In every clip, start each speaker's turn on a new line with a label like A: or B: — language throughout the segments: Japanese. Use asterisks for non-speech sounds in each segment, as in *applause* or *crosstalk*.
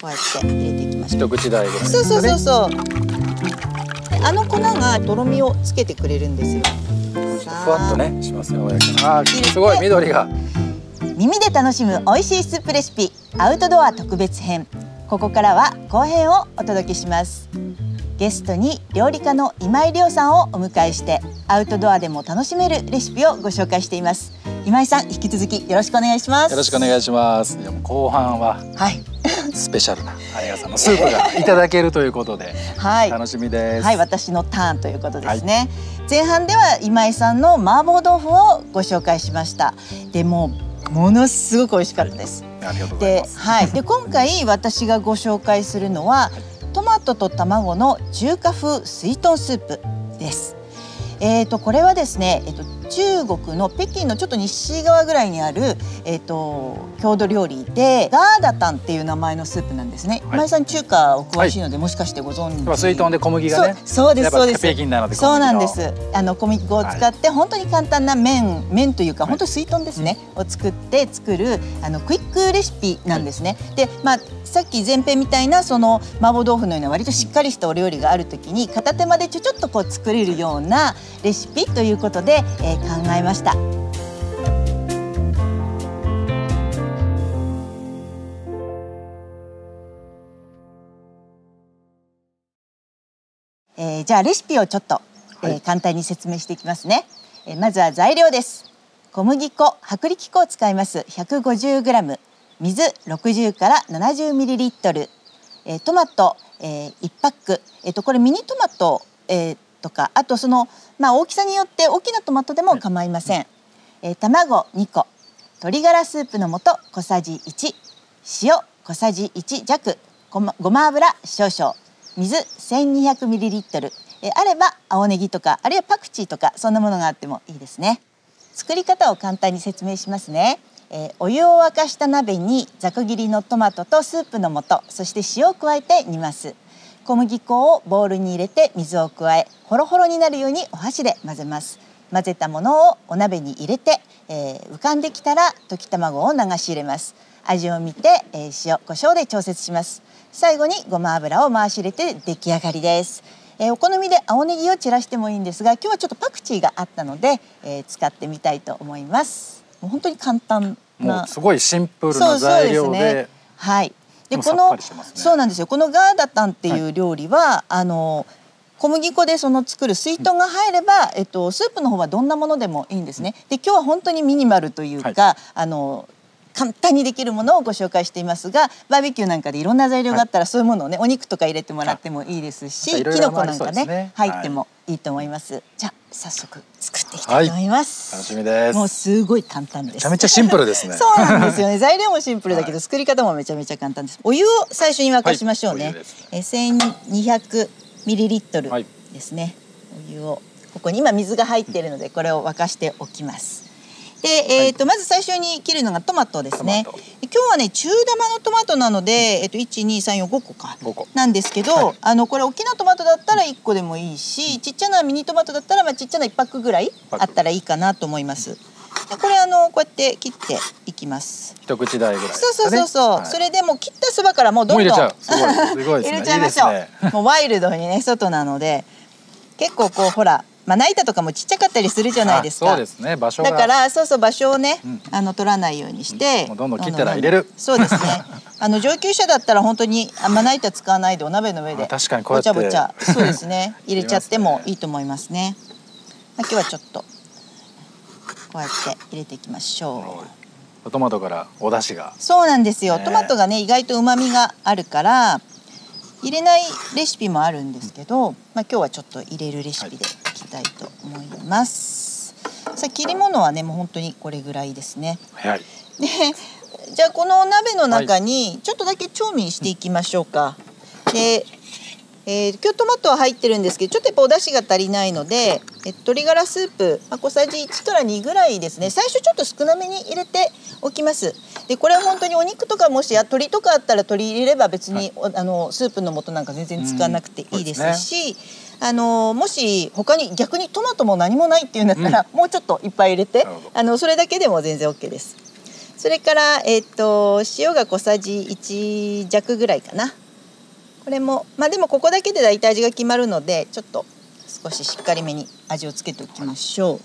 A: こうやって入れていきましょう
B: 一口大ぐらいです
A: そう
B: かね
A: そうそうそうであの粉がとろみをつけてくれるんですよ
B: ふわっとねしますよ親方あーすごい緑が
A: 耳で楽しむ美味しいスープレシピアウトドア特別編ここからは後編をお届けしますゲストに料理家の今井亮さんをお迎えしてアウトドアでも楽しめるレシピをご紹介しています今井さん引き続きよろしくお願いします
B: よろしくお願いしますでも後半は
A: はい
B: スペシャルな有賀さんのスープがいただけるということで
A: はい
B: 楽しみです
A: はい、私のターンということですね、前半では今井さんの麻婆豆腐をご紹介しましたでもものすごく美味しかったです
B: ありがとうござい
A: で
B: ます
A: はい、で今回私がご紹介するのはトマトと卵の中華風水豚スープです。えー、とこれはですね、えっと中国の北京のちょっと西側ぐらいにある、えっと郷土料理でガーダタンっていう名前のスープなんですね。
B: はい
A: 今井さん中華お詳しいので、もしかしてご存知
B: やっぱ水豚で小麦がね
A: そうそうです
B: やっぱ
A: そうです
B: 北京なので小
A: そう
B: 麦
A: な
B: の
A: んです。あの小麦粉を使って本当に簡単な麺、麺というか本当水豚ですね、を作って作るあのクイックレシピなんですね。で、まあさっき前編みたいなその麻婆豆腐のような割としっかりしたお料理があるときに片手間でちょちょっとこう作れるようなレシピということで、えー考えました。えーじゃあレシピをちょっと、えー
B: はい
A: 簡単に説明していきますね、えーまずは材料です小麦粉薄力粉を使います 150g 水60から 70ml、えートマト、えー、1パック、えー、とこれミニトマト、えーとかあとその、まあ、大きさによって大きなトマトでも構いません、えー卵2個鶏ガラスープの素小さじ1塩小さじ1弱ごまごま油少々水 1200ml えーあれば青ネギとかあるいはパクチーとかそんなものがあってもいいですね作り方を簡単に説明しますね、えーお湯を沸かした鍋にざく切りのトマトとスープの素そして塩を加えて煮ます小麦粉をボウルに入れて水を加えホロホロになるようにお箸で混ぜます混ぜたものをお鍋に入れて、えー浮かんできたら溶き卵を流し入れます味を見て、えー塩コショウで調節します最後にごま油を回し入れて出来上がりです、えーお好みで青ネギを散らしてもいいんですが今日はちょっとパクチーがあったので、えー使ってみたいと思いますもう本当に簡単
B: も
A: な
B: うすごいシンプル
A: そ
B: な
A: うそう
B: 材
A: です
B: 料で
A: ね。はい。
B: で
A: で
B: も
A: こ
B: さっ
A: の
B: ぱりしてますね
A: そうなんですよ。このガーダタンっていう料理は、あの小麦粉でその作る水豚が入れば、えっとスープの方はどんなものでもいいんですね。で今日は本当にミニマルというか、
B: は
A: あの。簡単にできるものをご紹介していますがバーベキューなんかでいろんな材料があったら、そういうものをねお肉とか入れてもらってもいいです
B: あい
A: し
B: ろい
A: き
B: ろ
A: のこなんか
B: ありそうで
A: ね
B: すね
A: 入ってもいいと思います、じゃあ早速作っていきたいと思います、
B: 楽しみです
A: もうすごい簡単です
B: めちゃめちゃシンプルですね。
A: そうなんですよ
B: *laughs*
A: ね。材料もシンプルだけど、
B: はい
A: 作り方もめちゃめちゃ簡単です。お湯を最初に沸かしましょう
B: はいお
A: ね
B: 湯です。
A: え千二百ミリリットル
B: はい
A: ですね。お湯をここに今水が入っているので、これを沸かしておきます。で、えっ、と、まず最初に切るのがトマトですね
B: トマト。
A: で今日はね中玉のトマトなので、えっ、と一二三四五個か。
B: 五個
A: なんですけど、
B: はい
A: あのこれ大きなトマトだったら1個でもいいし、ちっちゃなミニトマトだったらまあちっちゃな1パックぐらい
B: パック
A: あったらいいかなと思います。でこれあのこうやって切っていきます。
B: 一口大ぐらいです
A: そうそ
B: か
A: う
B: ね。
A: そうそう、
B: はい
A: それでもう切ったそばからもうど
B: もうん入れ
A: どん
B: ちゃう。すごいすごいですね。
A: *laughs* 入れちゃいましょう
B: いいですね
A: もうワイルドにね外なので結構こうほらまな板とかもちっちゃかったりするじゃないですか
B: あそうですね場所が
A: だからそうそう場所をね、
B: ん
A: あの取らないようにして、
B: うんもうどんどん切ったら入れる
A: そう
B: *laughs*
A: ですねあの上級者だったら本当にあまな板使わないでお鍋の上で
B: あ確かにこうやって
A: ぼちゃぼちゃそうです
B: *laughs*
A: ね入れちゃっても
B: 入れますね
A: いいと思いますねまあ今日はちょっとこうやって入れていきましょう、
B: トマトからお出汁が
A: そうなんですよ。
B: ね
A: トマトがね意外と旨味があるから入れないレシピもあるんですけど、まあ今日はちょっと入れるレシピでいきたいと思います。さあ切り物はねもう本当にこれぐらいですね。
B: はい
A: でじゃあこのお鍋の中にちょっとだけ調味していきましょうか。で、えー今日トマトは入ってるんですけどちょっとやっぱお出汁が足りないのでえ鶏ガラスープ、まあ、小さじ1から2ぐらいですね最初ちょっと少なめに入れておきます。でこれは本当にお肉とかもしや鶏とかあったら鶏入れれば別に、おあのスープの素なんか全然使わなくていいですし。あのもし他に逆にトマトも何もないっていうんだったら、もうちょっといっぱい入れて
B: なるほど
A: あのそれだけでも全然 OK です。それからえっ、と塩が小さじ1弱ぐらいかな。これもまあでもここだけで大体味が決まるのでちょっと少ししっかりめに味をつけておきましょう。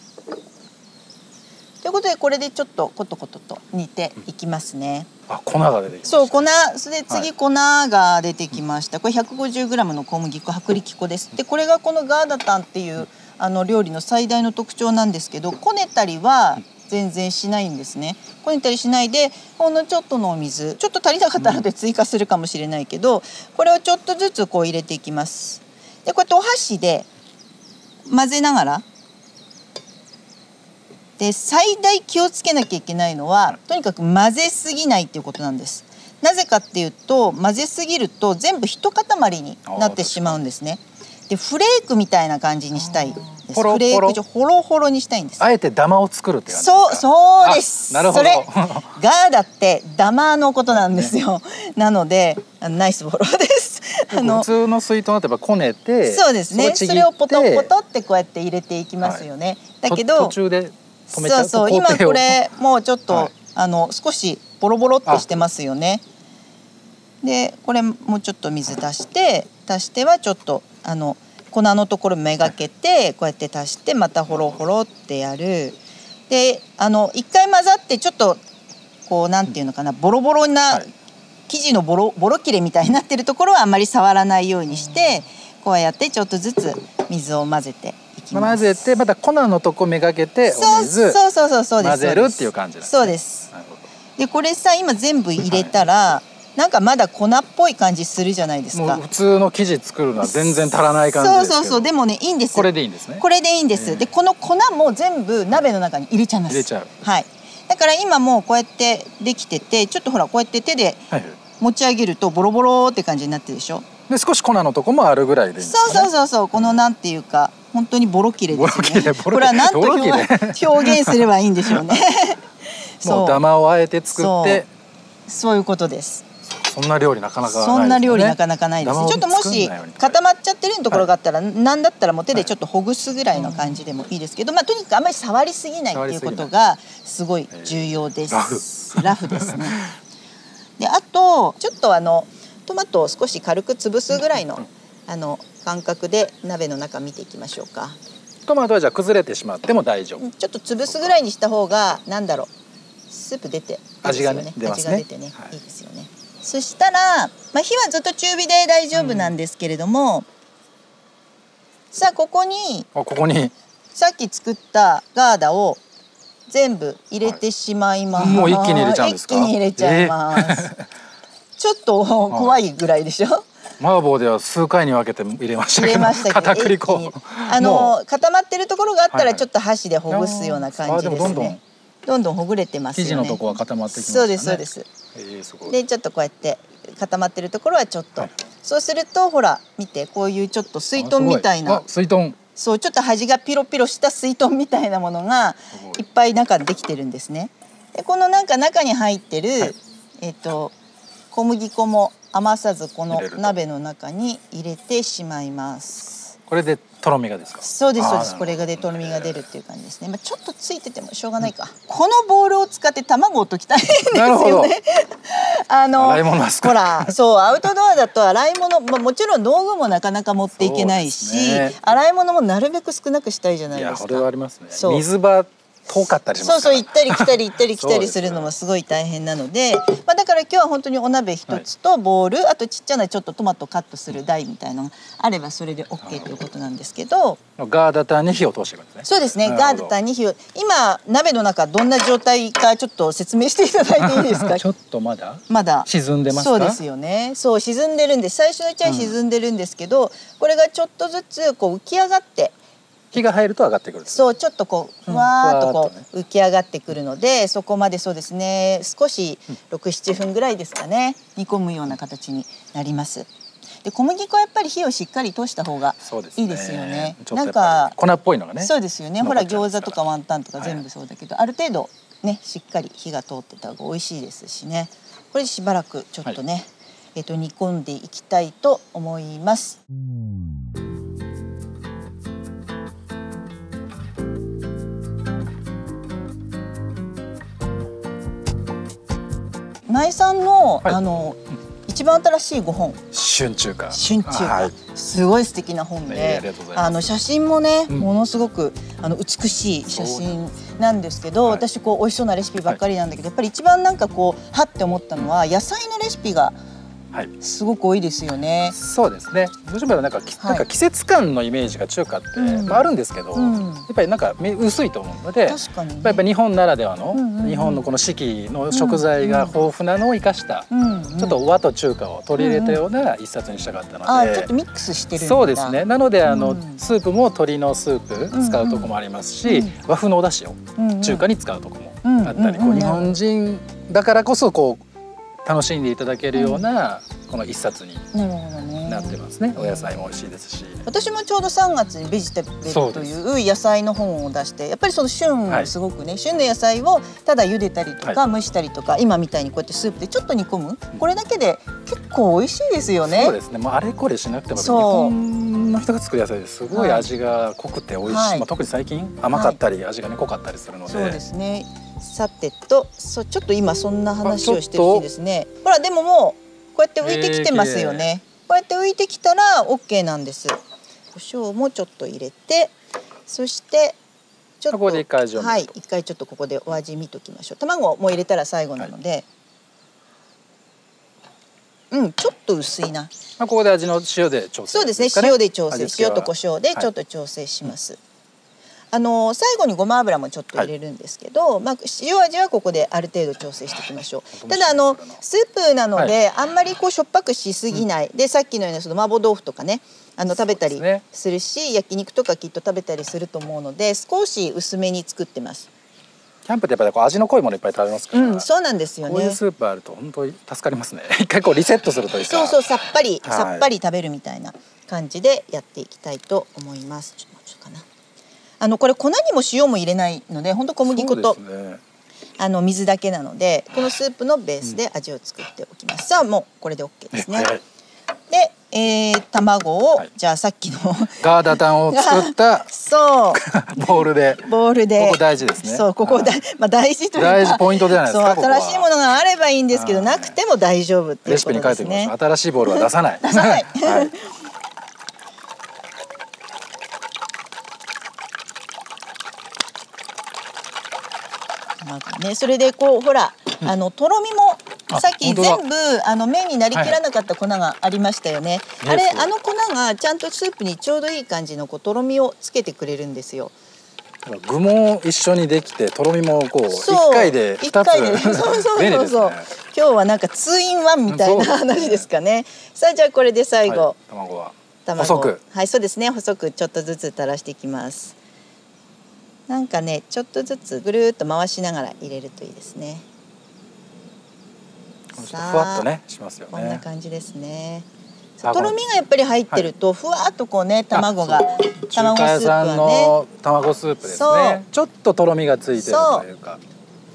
A: ということでこれでちょっとコトコトと煮ていきますね。
B: あ粉が出てきました
A: そう粉それで
B: は
A: 次
B: い
A: 粉が出てきました、これ 150g の小麦粉薄力粉ですでこれがこのガーダタンっていうあの料理の最大の特徴なんですけどこねたりは全然しないんですねこねたりしないでほんのちょっとのお水ちょっと足りなかったので追加するかもしれないけどこれをちょっとずつこう入れていきますでこうやってお箸で混ぜながらで最大気をつけなきゃいけないのはとにかく混ぜすぎないっていうことなんですなぜかっていうと混ぜすぎると全部一塊になってしまうんですねでフレークみたいな感じにしたいです
B: ほろ
A: フレ
B: ほ
A: ー
B: ろ
A: ク状ホロホロにしたいんです
B: あえてダマを作るって感じです
A: そうそうです
B: あなるほ
A: そ
B: ど
A: れ
B: *laughs*
A: ガーダってダマーのことなんですよ、なのであのナイスフォローですあ
B: 普
A: の
B: 通の水筒だとやっぱこねて
A: そうですねそ
B: ちぎって
A: れをポトポトってこうやって入れていきますよね、だけ
B: と
A: ど
B: 途中で止めちゃ
A: そううそう
B: と工
A: 今
B: 程を
A: これもうちょっと、
B: はい
A: あの少しボロボロっとしてますよねでこれもうちょっと水足して足してはちょっとあの粉のところめがけてこうやって足してまたホロホロってやるであの一回混ざってちょっとこうなんていうのかなボロボロな
B: はい
A: 生地のボロボロ切れみたいになってるところはあんまり触らないようにしてこうやってちょっとずつ水を混ぜていきま
B: 混
A: す。
B: ぜてまた粉のとこめがけてお
A: そう
B: 水
A: そうそうそうそうです
B: 混ぜるっていう感じなんですね
A: そうです
B: なるほど
A: でこれさ今全部入れたら、なんかまだ粉っぽい感じするじゃないです
B: も
A: か
B: う普通の生地作るのは全然足らない感じですけど
A: そうそうそうでもねいいんです
B: これでいいんですね
A: これでいいんです、
B: ええ
A: でこの粉も全部鍋の中に入れちゃいます
B: 入れちゃう
A: はいだから今もうこうやってできててちょっとほらこうやって手で
B: はい
A: 持ち上げるとボロボロって感じになってるでしょ
B: で少し粉のとこもあるぐらいでいいんですね
A: そうそうそうそうこのなんていうか本当にボロ切れですよね
B: ボロ切れボロ切れ
A: これはなんと
B: ボロ切
A: 表表現すればいいんでしょう
B: *laughs*
A: ね
B: もうダマをあえて作って
A: そういうことです
B: そんな料理なかなかないですよね
A: そんな料理なかなかないです、
B: ダマを
A: ちょっともし
B: 作んないようにとか
A: 固まっちゃってるところがあったら、なんだったらもう手でちょっとほぐすぐらいの感じでもいいですけど、まあとにかくあんまり触りすぎないっていうことがすごい重要です、ラフですねであとちょっとあのトマトを少し軽く潰すぐらいの、あの感覚で鍋の中見ていきましょうか
B: トマトはじゃあ崩れてしまっても大丈夫
A: ちょっと潰すぐらいにした方がなんだろうスープ出ていいですよ
B: 味がね出ますね
A: 味が出てね、
B: はい
A: い、いですよねそしたら、まあ、火はずっと中火で大丈夫なんですけれども、さあここに
B: あここに
A: さっき作ったガーダを全部入れてしまいます、
B: もう一気に入れちゃうんですか
A: 一気に入れちゃいます、ちょっと怖いぐらいでしょ、
B: 麻婆では数回に分けて入れました
A: 入れ
B: けど
A: ましたけど
B: 片栗粉
A: 一気にあ
B: も
A: の固まってるところがあった
B: はいは
A: ら
B: い
A: ちょっと箸でほぐすような感じですね、
B: あーでもどんどん
A: どんどんほぐれてます
B: 生
A: よね
B: 地のとこは固まってきまし
A: そ
B: たね
A: うですそうです
B: えーすごい
A: でちょっとこうやって固まってるところはちょっと、
B: はい
A: そうするとほら見てこういうちょっと水豚みたい
B: あ
A: な
B: すごいあ水豚
A: そうちょっと端がピロピロした水豚みたいなものがい
B: ごい
A: っぱい中にできてるんですね。でこのなんか中に入ってる、
B: はい
A: えっ、と小麦粉も余さずこの
B: 入れると
A: 鍋の中に入れてしまいます。
B: これでとろみがですか
A: そうです
B: あー
A: そうです。
B: なるほど
A: これがでとろみが出るっていう感じですね。まあちょっとついててもしょうがないか。このボールを使って卵を溶きたいんです
B: なるほ
A: よ
B: ど
A: ね。 *laughs* あの
B: 洗い物ですか
A: ほらそうアウトドアだと洗い物、まあ、もちろん道具もなかなか持っていけないし、
B: そうですね
A: 洗い物もなるべく少なくしたいじゃない
B: い
A: で
B: や
A: す
B: そ
A: か
B: れはありますね
A: そう
B: 水場遠かったりしま
A: そう
B: す
A: そ
B: か
A: う
B: ら
A: 行ったり来たり行ったり来た
B: そう
A: り
B: です
A: す
B: よ
A: るのもすごい大変なのでまあ、だから今日は本当にお鍋一つとボウル、あとちっちゃなちょっとトマトカットする台みたいなのがあればそれで OK ということなんですけど
B: ガーダターに火を通していくんですね
A: そうですね
B: なる
A: ガ
B: ほ
A: ー
B: ど
A: ドタンに火を今鍋の中どんな状態かちょっと説明していただいていいですか
B: *laughs* ちょっとまだ
A: まだ
B: 沈んでますか
A: そうですよねそう沈んでるんです最初のうちは沈んでるんですけど、これがちょっとずつこう浮き上がって
B: 火が入ると上がってくるんです
A: そうちょっとこう
B: うん
A: ふわーっと
B: ふわー
A: こ
B: っとね
A: う浮き上がってくるので、そこまでそうですね少し67分ぐらいですかね煮込むような形になります。で小麦粉はやっぱり火をしっかり通した方が
B: そうです
A: い
B: ね
A: いですよね。
B: ちょっ
A: な
B: と
A: ん
B: やっぱ
A: か
B: り粉っぽいのがね
A: そうですよね。ほ
B: 残
A: ら
B: っちゃうんで
A: 餃
B: す
A: 子
B: から
A: とかワンタンとか全部そうだけど、ある程度ねしっかり火が通ってた方が美味しいですしね。これしばらくちょっとね、えっと煮込んでいきたいと思います。金井さんの、
B: はい
A: あの一番新しいご本
B: 春中華。
A: 春中華、
B: はい。
A: すごい素敵な本
B: ええ
A: で
B: ありがとうございます
A: あの写真もね、
B: うん
A: ものすごくあの美しい写真なんですけど、
B: はい
A: 私こう美味しそうなレシピばっかりなんだけど、やっぱり一番なんかこうはって思ったのは野菜のレシピが
B: はい。
A: すごく多いですよね。
B: そうですね。どうしてもなんか、き
A: はい
B: なんか季節感のイメージが中華って、
A: うん
B: まああるんですけど、
A: うん
B: やっぱりなんかめ薄いと思うので。
A: 確かに、ね、
B: やっぱり日本ならではの、
A: うんうんうん
B: 日本のこの四季の食材が豊富なのを生かした、
A: うんうん
B: ちょっと和と中華を取り入れたような一冊にしたかったので、
A: あーちょっとミックスしてるんだ
B: そうですね。なのであの、
A: うん
B: スープも鶏のスープ使うとこもありますし、
A: うんうん
B: 和風のお出汁を
A: うんうん
B: 中華に使うとこも
A: うん
B: あったり、
A: うん
B: こう日本人だからこそこう楽しんでいただけるようなこの一冊に
A: なるほどね
B: なってますね。お野菜も美味しいですし、
A: 私もちょうど3月にベジタブ
B: そ
A: ル
B: う
A: と
B: で
A: い
B: す
A: う野菜の本を出してやっぱりその旬
B: は
A: を
B: い
A: すごくね、旬の野菜をただ茹でたりとか
B: は
A: 蒸したりとか、今みたいにこうやってスープでちょっと煮込むこれだけで結構美味しいですよね。
B: そうですね。もうあれこれしなくても日
A: そう
B: 本の人が作る野菜ですごい
A: はい
B: 味が濃くて美味しい。
A: はい
B: まあ特に最近甘かったり味がね濃かったりするので、
A: そうですねさてとそうちょっと今そんな話をして
B: あちょっ
A: る
B: と
A: しですねほらでももうこうやって浮いてきてますよね、こうやって浮いてきたら OK なんです胡椒もちょっと入れてそしてちょっと
B: ここで一回味を見ると
A: はい一回ちょっとここでお味見ときましょう卵も入れたら最後なので、うんちょっと薄いな
B: まあここで味の塩で調整
A: そうですね
B: か
A: 塩で調整
B: 味付け
A: 塩
B: は
A: と胡椒で
B: はい
A: ちょっと調整します、あの最後にごま油もちょっと入れるんですけど、まあ塩味はここである程度調整していきましょう、
B: はい
A: ただあの
B: 本当に
A: スープなので、あんまりこうしょっぱくしすぎない、でさっきのようなその麻婆豆腐とかねあの食べたり
B: そうですね
A: するし焼肉とかきっと食べたりすると思うので少し薄めに作ってます
B: キャンプってやっぱりこう味の濃いものいっぱい食べますか
A: う
B: ら、
A: んそうなんですよね
B: こういうスープあると本当に助かりますね *laughs* 一回こうリセットするというか
A: そうそうさっぱり、
B: はい
A: さっぱり食べるみたいな感じでやっていきたいと思います。ちょっと待ってかな。あのこれ粉にも塩も入れないので、本当小麦粉と、
B: そうですね
A: あの水だけなので、このスープのベースで味を作っておきます。さあもうこれで OK ですね。
B: はいはい
A: で、えー、卵を、
B: はい
A: じゃあさっきの
B: ガーダタンを作った
A: *laughs* そ
B: ボールで
A: うボウルで、
B: ここ大事ですね
A: そうここだ、
B: はい
A: まあ大事というか、
B: 大事ポイントじゃないですか
A: そう
B: ここは
A: 新しいものがあればいいんですけど、
B: はい
A: なくても大丈夫ってい
B: レ
A: う
B: シ
A: こ
B: ピ
A: と
B: に書
A: で
B: い
A: す
B: ておきま
A: ね
B: す。。新しいボールは出
A: *laughs*
B: さない出
A: さない
B: *laughs* はい、
A: なんかね、それでこうほら、あのとろみも
B: あ
A: さっき
B: 本当
A: 全
B: だ
A: 部あの麺になりきらなかった粉がありましたよね。
B: はい
A: あ
B: ね
A: れ
B: そう
A: あの粉がちゃんとスープにちょうどいい感じのこうとろみをつけてくれるんですよ。
B: 具も一緒にできてとろみもこう
A: そう
B: 一回で
A: 一
B: 二つ
A: 回で *laughs* そうそう
B: *laughs* 便利
A: そう
B: です
A: そう。
B: ね
A: 今日はなんかツーインワンみたいな
B: そうですね
A: 話ですかね。さあじゃあこれで最後、
B: はい卵は
A: 卵
B: 細く
A: はいそうですね細くちょっとずつ垂らしていきます。なんかねちょっとずつぐるーっと回しながら入れるといいですね。
B: ちょっとふわっとねしますよ
A: こんな
B: ね
A: 感じですね。
B: あ
A: とろみがやっぱり入ってると、ふわっとこうね卵が
B: 中華屋さんの卵スープです
A: そう
B: ねちょっととろみがついてるというか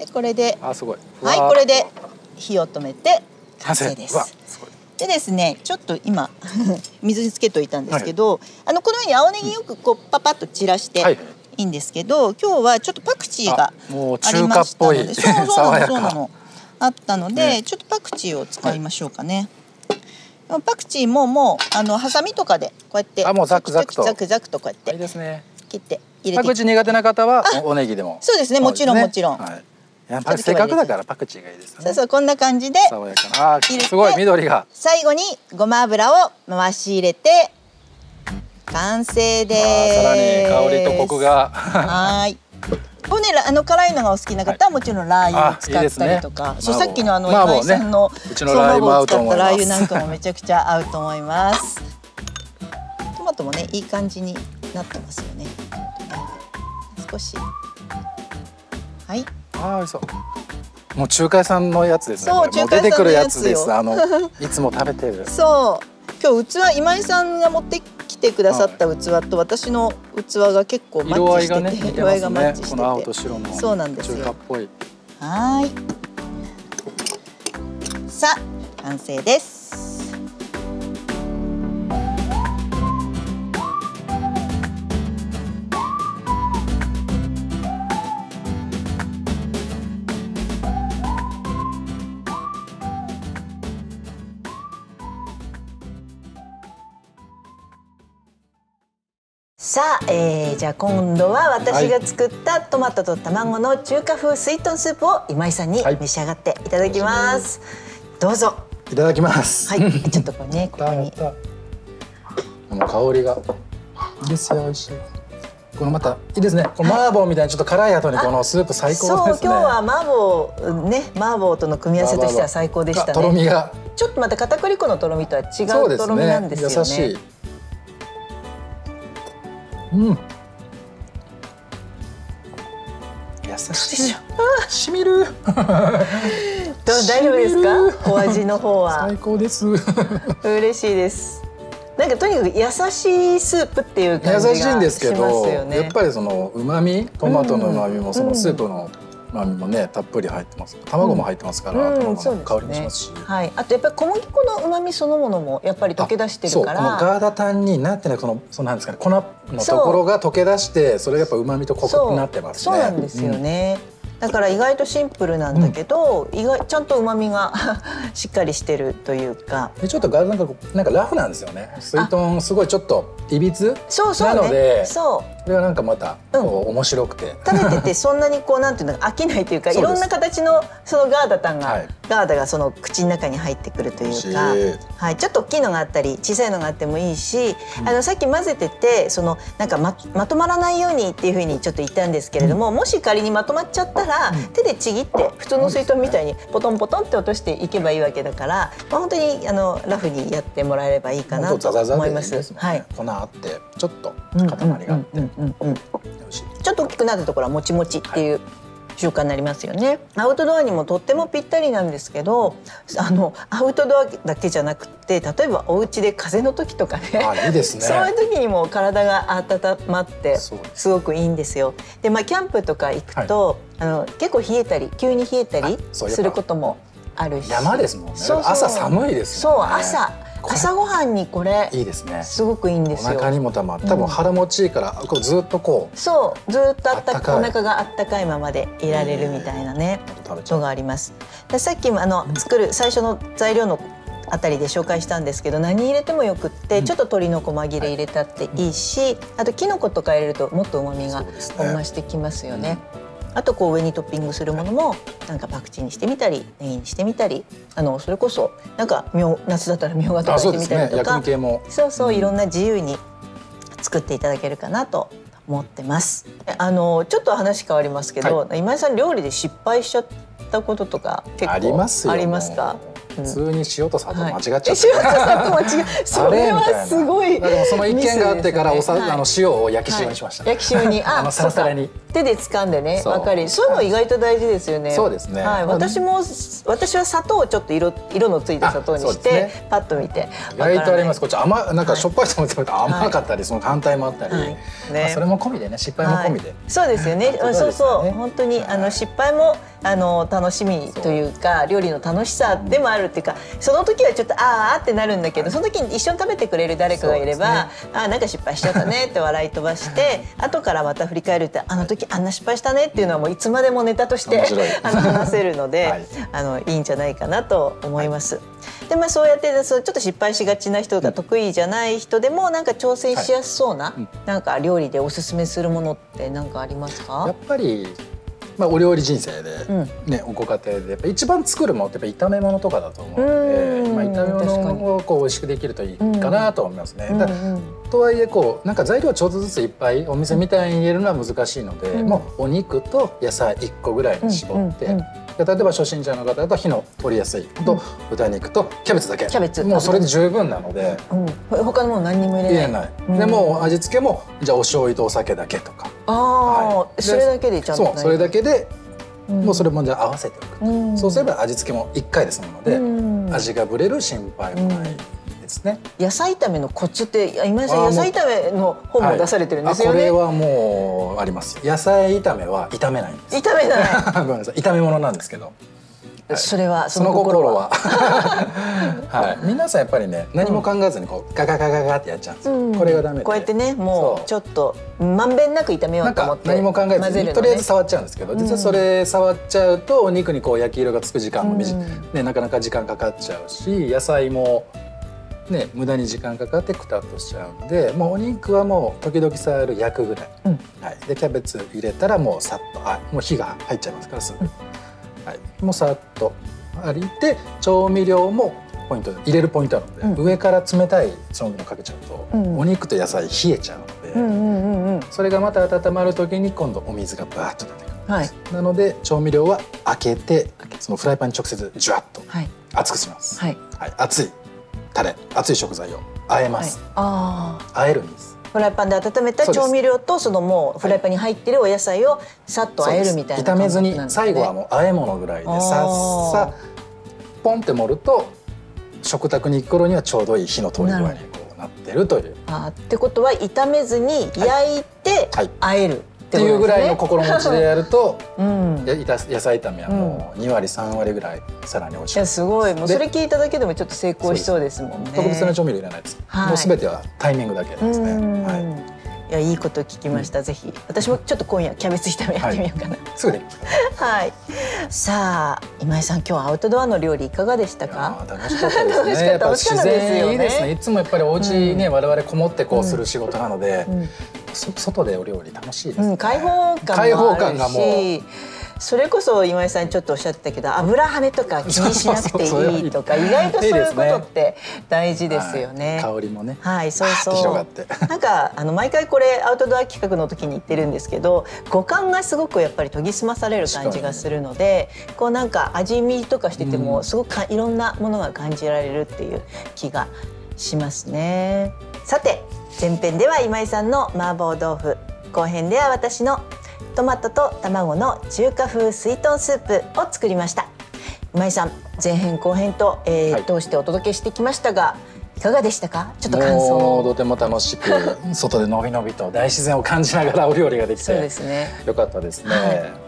A: ねでこれで
B: あすごい
A: はいこれで火を止めて完成で
B: うわ
A: す。
B: すごい
A: でですねちょっと今 *laughs* 水につけといたんですけど、あのこのように青ネギよくこうパパッと散らして。
B: はい
A: いいんですけど今日はちょっとパクチーが
B: あもう
A: あり
B: 中華
A: ま
B: っ
A: したの
B: ぽい
A: でそうそうな
B: 爽
A: の
B: やか
A: そうなのあったので、
B: ね
A: ちょっとパクチーを使いましょうかね、でもパクチーももうあのハサミとかでこうやって
B: あもうザクザクと
A: ザクザクとこうやって
B: いいですね
A: 切って入れ
B: パ
A: てい
B: ク
A: く
B: チー苦手な方はおおネギでも
A: そうですねもちろんもちろん、
B: はいやっぱりせっかくだからパクチーがいいですよね
A: そうそうこんな感じで
B: 爽やかなあ
A: 入れて
B: すごい緑が
A: 最後にごま油を回し入れて完成で
B: あ
A: す
B: ーさらに香りとコクが
A: はーい。もうね、らあの辛いのがお好きな方はもちろんラー油を使ったりとか、
B: あいいです
A: そ
B: ね
A: うさっきのあの
B: 麻
A: 今
B: 婆
A: 井さんの、
B: 麻婆ねうちのラー油も合うと思
A: そう麻婆を使
B: います
A: ったラー油なんかもめちゃくちゃ合うと思います。トマトもねいい感じになってますよね。少し。はい。
B: あー美味しそうもう中華屋さんのやつですね
A: そう
B: これも
A: 中華
B: 出
A: 屋
B: て
A: さん
B: く
A: の
B: る
A: や
B: や
A: つよ
B: つですあの
A: *laughs*
B: いつも食べてる
A: そう。今日器今井さんが持ってきてくださった器と私の器が結構マ
B: 色
A: ッ
B: 合
A: チ
B: い
A: して
B: が
A: て、
B: ね似てます
A: マッ
B: ね
A: チしてて。
B: この青と白の
A: そうなんですよ
B: 中華っぽい
A: はーい。さあ完成です。さあ、えー、じゃあ今度は私が作ったトマトと卵の中華風スイートンスープを今井さんに
B: はい
A: 召し上がっていただきます。どうぞ。
B: いただきます。
A: は
B: *laughs*
A: い、ちょっとこれね、ここ
B: や
A: に
B: っ。たやった。もう香りが。いいですよ、美味しい。このまた、いいですね。この麻婆みたいにちょっと辛い後にこのスープ最
A: そう
B: 高で
A: 今
B: す
A: 日
B: ね。
A: は麻婆ね麻婆との組み合わせとしては最高でした
B: あとろ
A: ね。
B: みが。
A: ちょっとまた片栗粉のとろみとは違
B: そうで
A: うと
B: す
A: ろみなん
B: ね。
A: ですよね。
B: 優しい。うん。優しい。しみる。
A: どう大丈夫です
B: しみ
A: か？
B: る
A: お味の方は
B: *laughs* 最高です。優
A: 嬉しいです。なんかとにかく優しいスープっていう感じがし
B: しいん
A: ま
B: です
A: す
B: けど、
A: よね。
B: やっぱりその旨味、トマトの旨味もそ
A: うん
B: のスープの旨味もね、たっぷり入ってます。卵も入ってますか
A: う
B: ら、
A: ん
B: 卵の
A: そ
B: 香
A: う
B: り
A: ですね
B: もしますし。
A: はい、あとやっぱり小麦粉の旨味そのものもやっぱり溶け出してるか
B: そうこの
A: ら
B: ガーダタンになってないそのそのなんですかね粉のところが溶け出してそれがやっぱ旨味とコクになってます
A: そう
B: ね
A: なんですよね、だから意外とシンプルなんだけど、意外ちゃんと旨味が *laughs* しっかりしてるというか
B: でちょっとガードなんかこうなんかラフなんですよね。スイートンすごいちょっといびつ
A: そうそうね
B: なので
A: そ
B: それがなんかまた
A: うん
B: こう面白くて、
A: う食べててそんなにこうなんていうの飽きないというかい
B: そうです
A: ろんな形のそのガーダタンが、
B: はい
A: ガーダがその口の中に入ってくると
B: 美味
A: い
B: し
A: う
B: い
A: か。はい、ちょっと大きいのがあったり小さいのがあってもいいし、
B: うん
A: あのさっき混ぜててそのなんかままとまらないようにっていうふうにちょっと言ったんですけれども、もし仮にまとまっちゃったら、手でちぎって普通の水筒みたいにポトンポトンって落としていけばいいわけだから、まあ、本当にあのラフにやってもらえればいいかな
B: ほん
A: と
B: ザザザ
A: 思
B: で
A: い
B: いい
A: ま。
B: ですすもんね。
A: はい
B: 粉あってちょっと
A: うん
B: 塊があって
A: うんうんうんうん
B: 美味しい。
A: ちょっと大きくなったところはもちもちっていう習慣になりますよね、アウトドアにもとってもぴったりなんですけどあのアウトドアだけじゃなくて例えばお家で風邪の時とかね
B: あいいですね。
A: そういう時にも体が温まって
B: そうです
A: すごくいいんですよ。で、まあキャンプとか行くと、あの結構冷えたり、急に冷えたり
B: あそうやっぱ
A: することもあるし。
B: 山ですもんね。
A: そうそう
B: 朝寒いです
A: そう
B: もんね。
A: 朝
B: これ
A: 朝ごはんにこれ
B: いいですね。
A: すごくいいんで
B: お
A: すよ。
B: 腹にもたまって多分腹持ちいいからこうずっとこう
A: そうずーっとあった
B: あったかい
A: お腹があったかいままでいられるみたいなね。
B: 食べちゃ
A: の
B: う。
A: があります。でさっきもあの作る最初の材料のあたりで紹介したんですけど何入れてもよくって、
B: うん
A: ちょっと鶏の細切れ入れたっていいし、あときのことか入れるともっと旨味が
B: そうですね
A: 増してきますよね。あとこう上にトッピングするものもなんかパクチーにしてみたりネギにしてみたりあのそれこそなんかみょう夏だったらみょうがとか
B: あそ
A: して
B: うで
A: み
B: す
A: た
B: ね。
A: りと
B: 薬
A: か
B: 味系も
A: そうそう、
B: うん
A: いろんな自由に作っていただけるかなと思ってます。あのちょっと話変わりますけど、今井さん料理で失敗しちゃったこととか結構
B: ありますよ。
A: ありますか？
B: もう
A: うん
B: 普通に塩と砂糖間違っちゃ
A: は
B: っ
A: いえ
B: た。
A: 塩と砂
B: *laughs*
A: 糖間違えそれはすごい
B: だからその一件があってからおさ、
A: ミスですね
B: あの塩を焼き塩にしました、
A: はい焼き塩
B: *laughs*
A: に
B: あのサラサラ
A: そう
B: に
A: か手で掴んでね
B: そう
A: わかりそういうの意外と大事ですよね
B: そうですね
A: はい、
B: まあ
A: 私も私は砂糖をちょっと色色のついた砂糖に
B: あ
A: し
B: そう
A: て、
B: です
A: パッと見て
B: 意外とありますこっち甘なん
A: は
B: か
A: い
B: しょっぱいと思ってたら
A: い
B: 甘かったり、その反対もあったり、
A: はいね
B: まあ、それも込みでね失敗も込みで、
A: はい、そうですよね。
B: あ
A: うん
B: そう
A: そう
B: ですよ
A: そ
B: ね
A: う、本当に
B: はい
A: あの失敗もあの楽しみというか料理の楽しさでもあるっていうか、その時はちょっとあーあってなるんだけど、その時に一緒に食べてくれる誰かがいれば、あーなんか失敗しちゃったねって笑い飛ばして、後からまた振り返るってあの時あんな失敗したねっていうのはもういつまでもネタとして
B: 面白い
A: あの *laughs* 話せるので、
B: はい
A: あのいいんじゃないかなと思います。でまあそうやってそうちょっと失敗しがちな人が得意じゃない人でもなんか挑戦しやすそうな、
B: い
A: なんか料理でおすすめするものってなんかあります
B: や
A: か
B: っ？ぱり、まあ、お料理人生で、
A: うん
B: ね、ご家庭でやっぱ一番作るものってやっぱ炒め物とかだと思うので
A: うん
B: まあ、炒め
A: 確かに
B: 物をこう美味しくできるといいかなと思いますね。だ
A: うんうん
B: とはいえこうなんか材料をちょっとずついっぱいお店みたいに入れるのは難しいので、
A: うん
B: もうお肉と野菜1個ぐらいに絞って、
A: うんうん
B: で例えば初心者の方だと火の取りやすいと、
A: うん
B: 豚肉とキャベツだけ
A: キャベツ
B: もうそれで十分なので
A: うんほ他のもの何にも入
B: 入
A: れ
B: れ
A: ない。
B: ない、
A: うん
B: でもう味付けもじゃあお醤油とお酒だけとか
A: ああ、
B: はいで
A: それだけでちゃんと
B: そうそれだけで、
A: け、ん
B: もうそれもじゃあ合わせておく、
A: うん
B: そうすれば味付けも1回で済むので、
A: うん
B: 味がぶれる心配もないですね。
A: 野菜炒めのコツってあ今井さん
B: あー
A: 野菜炒めの本
B: は
A: も
B: い
A: 出されてるんですよね。
B: あこれはもうあります野菜炒めは炒めないんです
A: 炒めじゃない。
B: *laughs* ごめんなさい炒め物なんですけどはい
A: それは
B: その心は
A: *laughs*
B: はい皆さんやっぱりね何も考えずにこうガガガガガってやっちゃうんですよ、これがダメで
A: こうやってねも
B: そう
A: うちょっとまんべんなく炒めよ
B: なん
A: うと思っ
B: か
A: て
B: 何も考え
A: 混
B: ず
A: ぜ
B: に、
A: るのね
B: とりあえず触っちゃうんですけど、実はそれ触っちゃうとお肉にこう焼き色がつく時間も短い、
A: うん
B: ねなかなか時間かかっちゃうし野菜もね無駄に時間かかってくたっとしちゃうんでもうお肉はもう時々触る焼くぐらい、
C: うん
B: はい、でキャベツ入れたらもうさっとあもう火が入っちゃいますからすぐ、はい、もうさっとありで調味料もポイント入れるポイントなので、
C: う
B: 上から冷たい調味料かけちゃうと、
C: うん
B: お肉と野菜冷えちゃうので、
C: うんうんうんうん。
B: それがまた温まる時に今度お水がバーッと出てくる、
C: はい
B: なので調味料は開けてそのフライパンに直接ジュワッと
C: はい
B: 熱くします、
C: はい。
B: はい、熱いタレ熱い食材を和えま
A: はい
B: す、、
A: ああ
B: 和えるんです
A: フライパンで温めた
B: そうです
A: 調味料とそのもうフライパンに入ってるお野菜をさっと和えるみたいな
B: そう
A: 感
B: で
A: じ
B: す炒
A: なんです
B: めず
A: ね
B: に最後はもう和え物ぐらいでさ
A: あ
B: っ
A: ー
B: さポンって盛ると食卓に行く頃にはちょうどいい火の通り具合にこうなってるという
A: あーってことは炒めずに焼いて
B: はい
A: 和えるっ
B: ってて
A: こ
B: いう
A: と
B: ぐ
A: ですね、
B: らいの心持ちでやると
A: うん
B: やいた野菜炒めはもう2割3割ぐらいさらに美味し
A: い
B: くな
A: や
B: る
A: すごいもう
B: で
A: それ聞いただけでもちょっと成功しそうですもんね
B: 特別な調味料いらないです、
A: はい
B: もう全てはタイミングだけですね、
A: うん
B: はい
A: いやいいこと聞きました、ぜひ私もちょっと今夜キャベツ炒めやってみようかな
B: すぐできる
A: はい、さあ今井さん今日はアウトドアの料理いかがでした
B: いや
A: か
B: ー楽しかったで
A: 楽しか
B: す
A: った
B: ね。やっぱ
A: 楽しかっ
B: 自
A: たですよね
B: 然いいですね。いつもやっぱりお家ね、我々こもってこうする仕事なので、
A: ん
B: そ外でお料理楽しいです、
A: う
B: ね
A: ん、開放感
B: 開
A: も
B: 放
A: あ
B: 感
A: る
B: がもう。
A: しそれこそ今井さんちょっとおっしゃってたけど油はねとか気にしなくて
B: *laughs* そうそうそう
A: いいとか意外とそういうこと
B: いいですね
A: って大事ですよね。
B: はい香りもね。
A: はい、そうそう。
B: わーって広がっ
A: なんかあの毎回これアウトドア企画の時に言ってるんですけど、五感がすごくやっぱり研ぎ澄まされる感じがするので、こうなんか味見とかしてて
B: う
A: も
B: ん
A: すごくかいろんなものが感じられるっていう気がしますね。さて前編では今井さんの麻婆豆腐、後編では私のトマトと卵の中華風水豚スープを作りました。今井さん前編後編と、えー
B: はい
A: 通してお届けしてきましたがいかがでしたかちょっと感想
B: もう
A: を
B: とても楽
A: *laughs*
B: しく外でのびのびと大自然を感じながらお料理ができ
A: そうで
B: て
A: すね
B: よかったですね。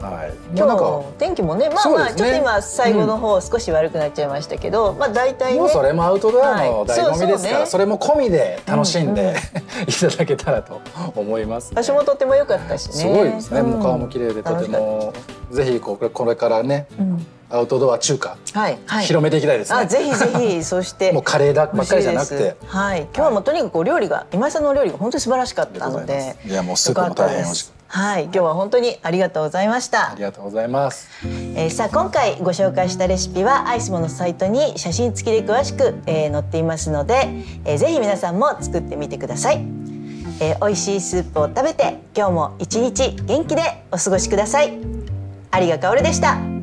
B: はい。
A: 今
B: もうなんか
A: 日天気もねまあ
B: そう
A: ま
B: で
A: あ
B: す
A: ち
B: ね
A: ょっと今最後の方少し悪くなっちゃいましたけど、まあ大体ね
B: もうそれもアウトドアの醍醐味ですから、
A: はいそうそうね
B: それも込みで楽しんで、
A: うんう
B: *laughs* いただけたらと思います、ね。
A: 場所もとても良かったしね
B: すごいですね。
A: ん
B: もう顔も綺麗でとても、ぜひこれこれからね、
A: うん
B: アウトドア中華、
A: はいはい
B: 広めていきたいですね。
A: あぜひぜ
B: *laughs*
A: ひそして
B: もうカレーだばっかりじゃなく
A: 美味
B: て
A: しいで。すはい今日はもうとにかくお料理が今井さんのお料理が本当に素晴らしかっ
B: あり
A: た
B: がとう
A: の
B: ございま。
A: です
B: いやもうス
A: よ
B: ープ
A: か
B: も
A: った
B: 大変
A: で
B: 美味しく
A: す。はい今日は本当にありがとうございました
B: ありがとうございます。
A: えーさあ今回ご紹介したレシピはアイスモのサイトに写真付きで詳しく、えー載っていますので、えーぜひ皆さんも作ってみてください、えー美味しいスープを食べて今日も一日元気でお過ごしください有賀香織でした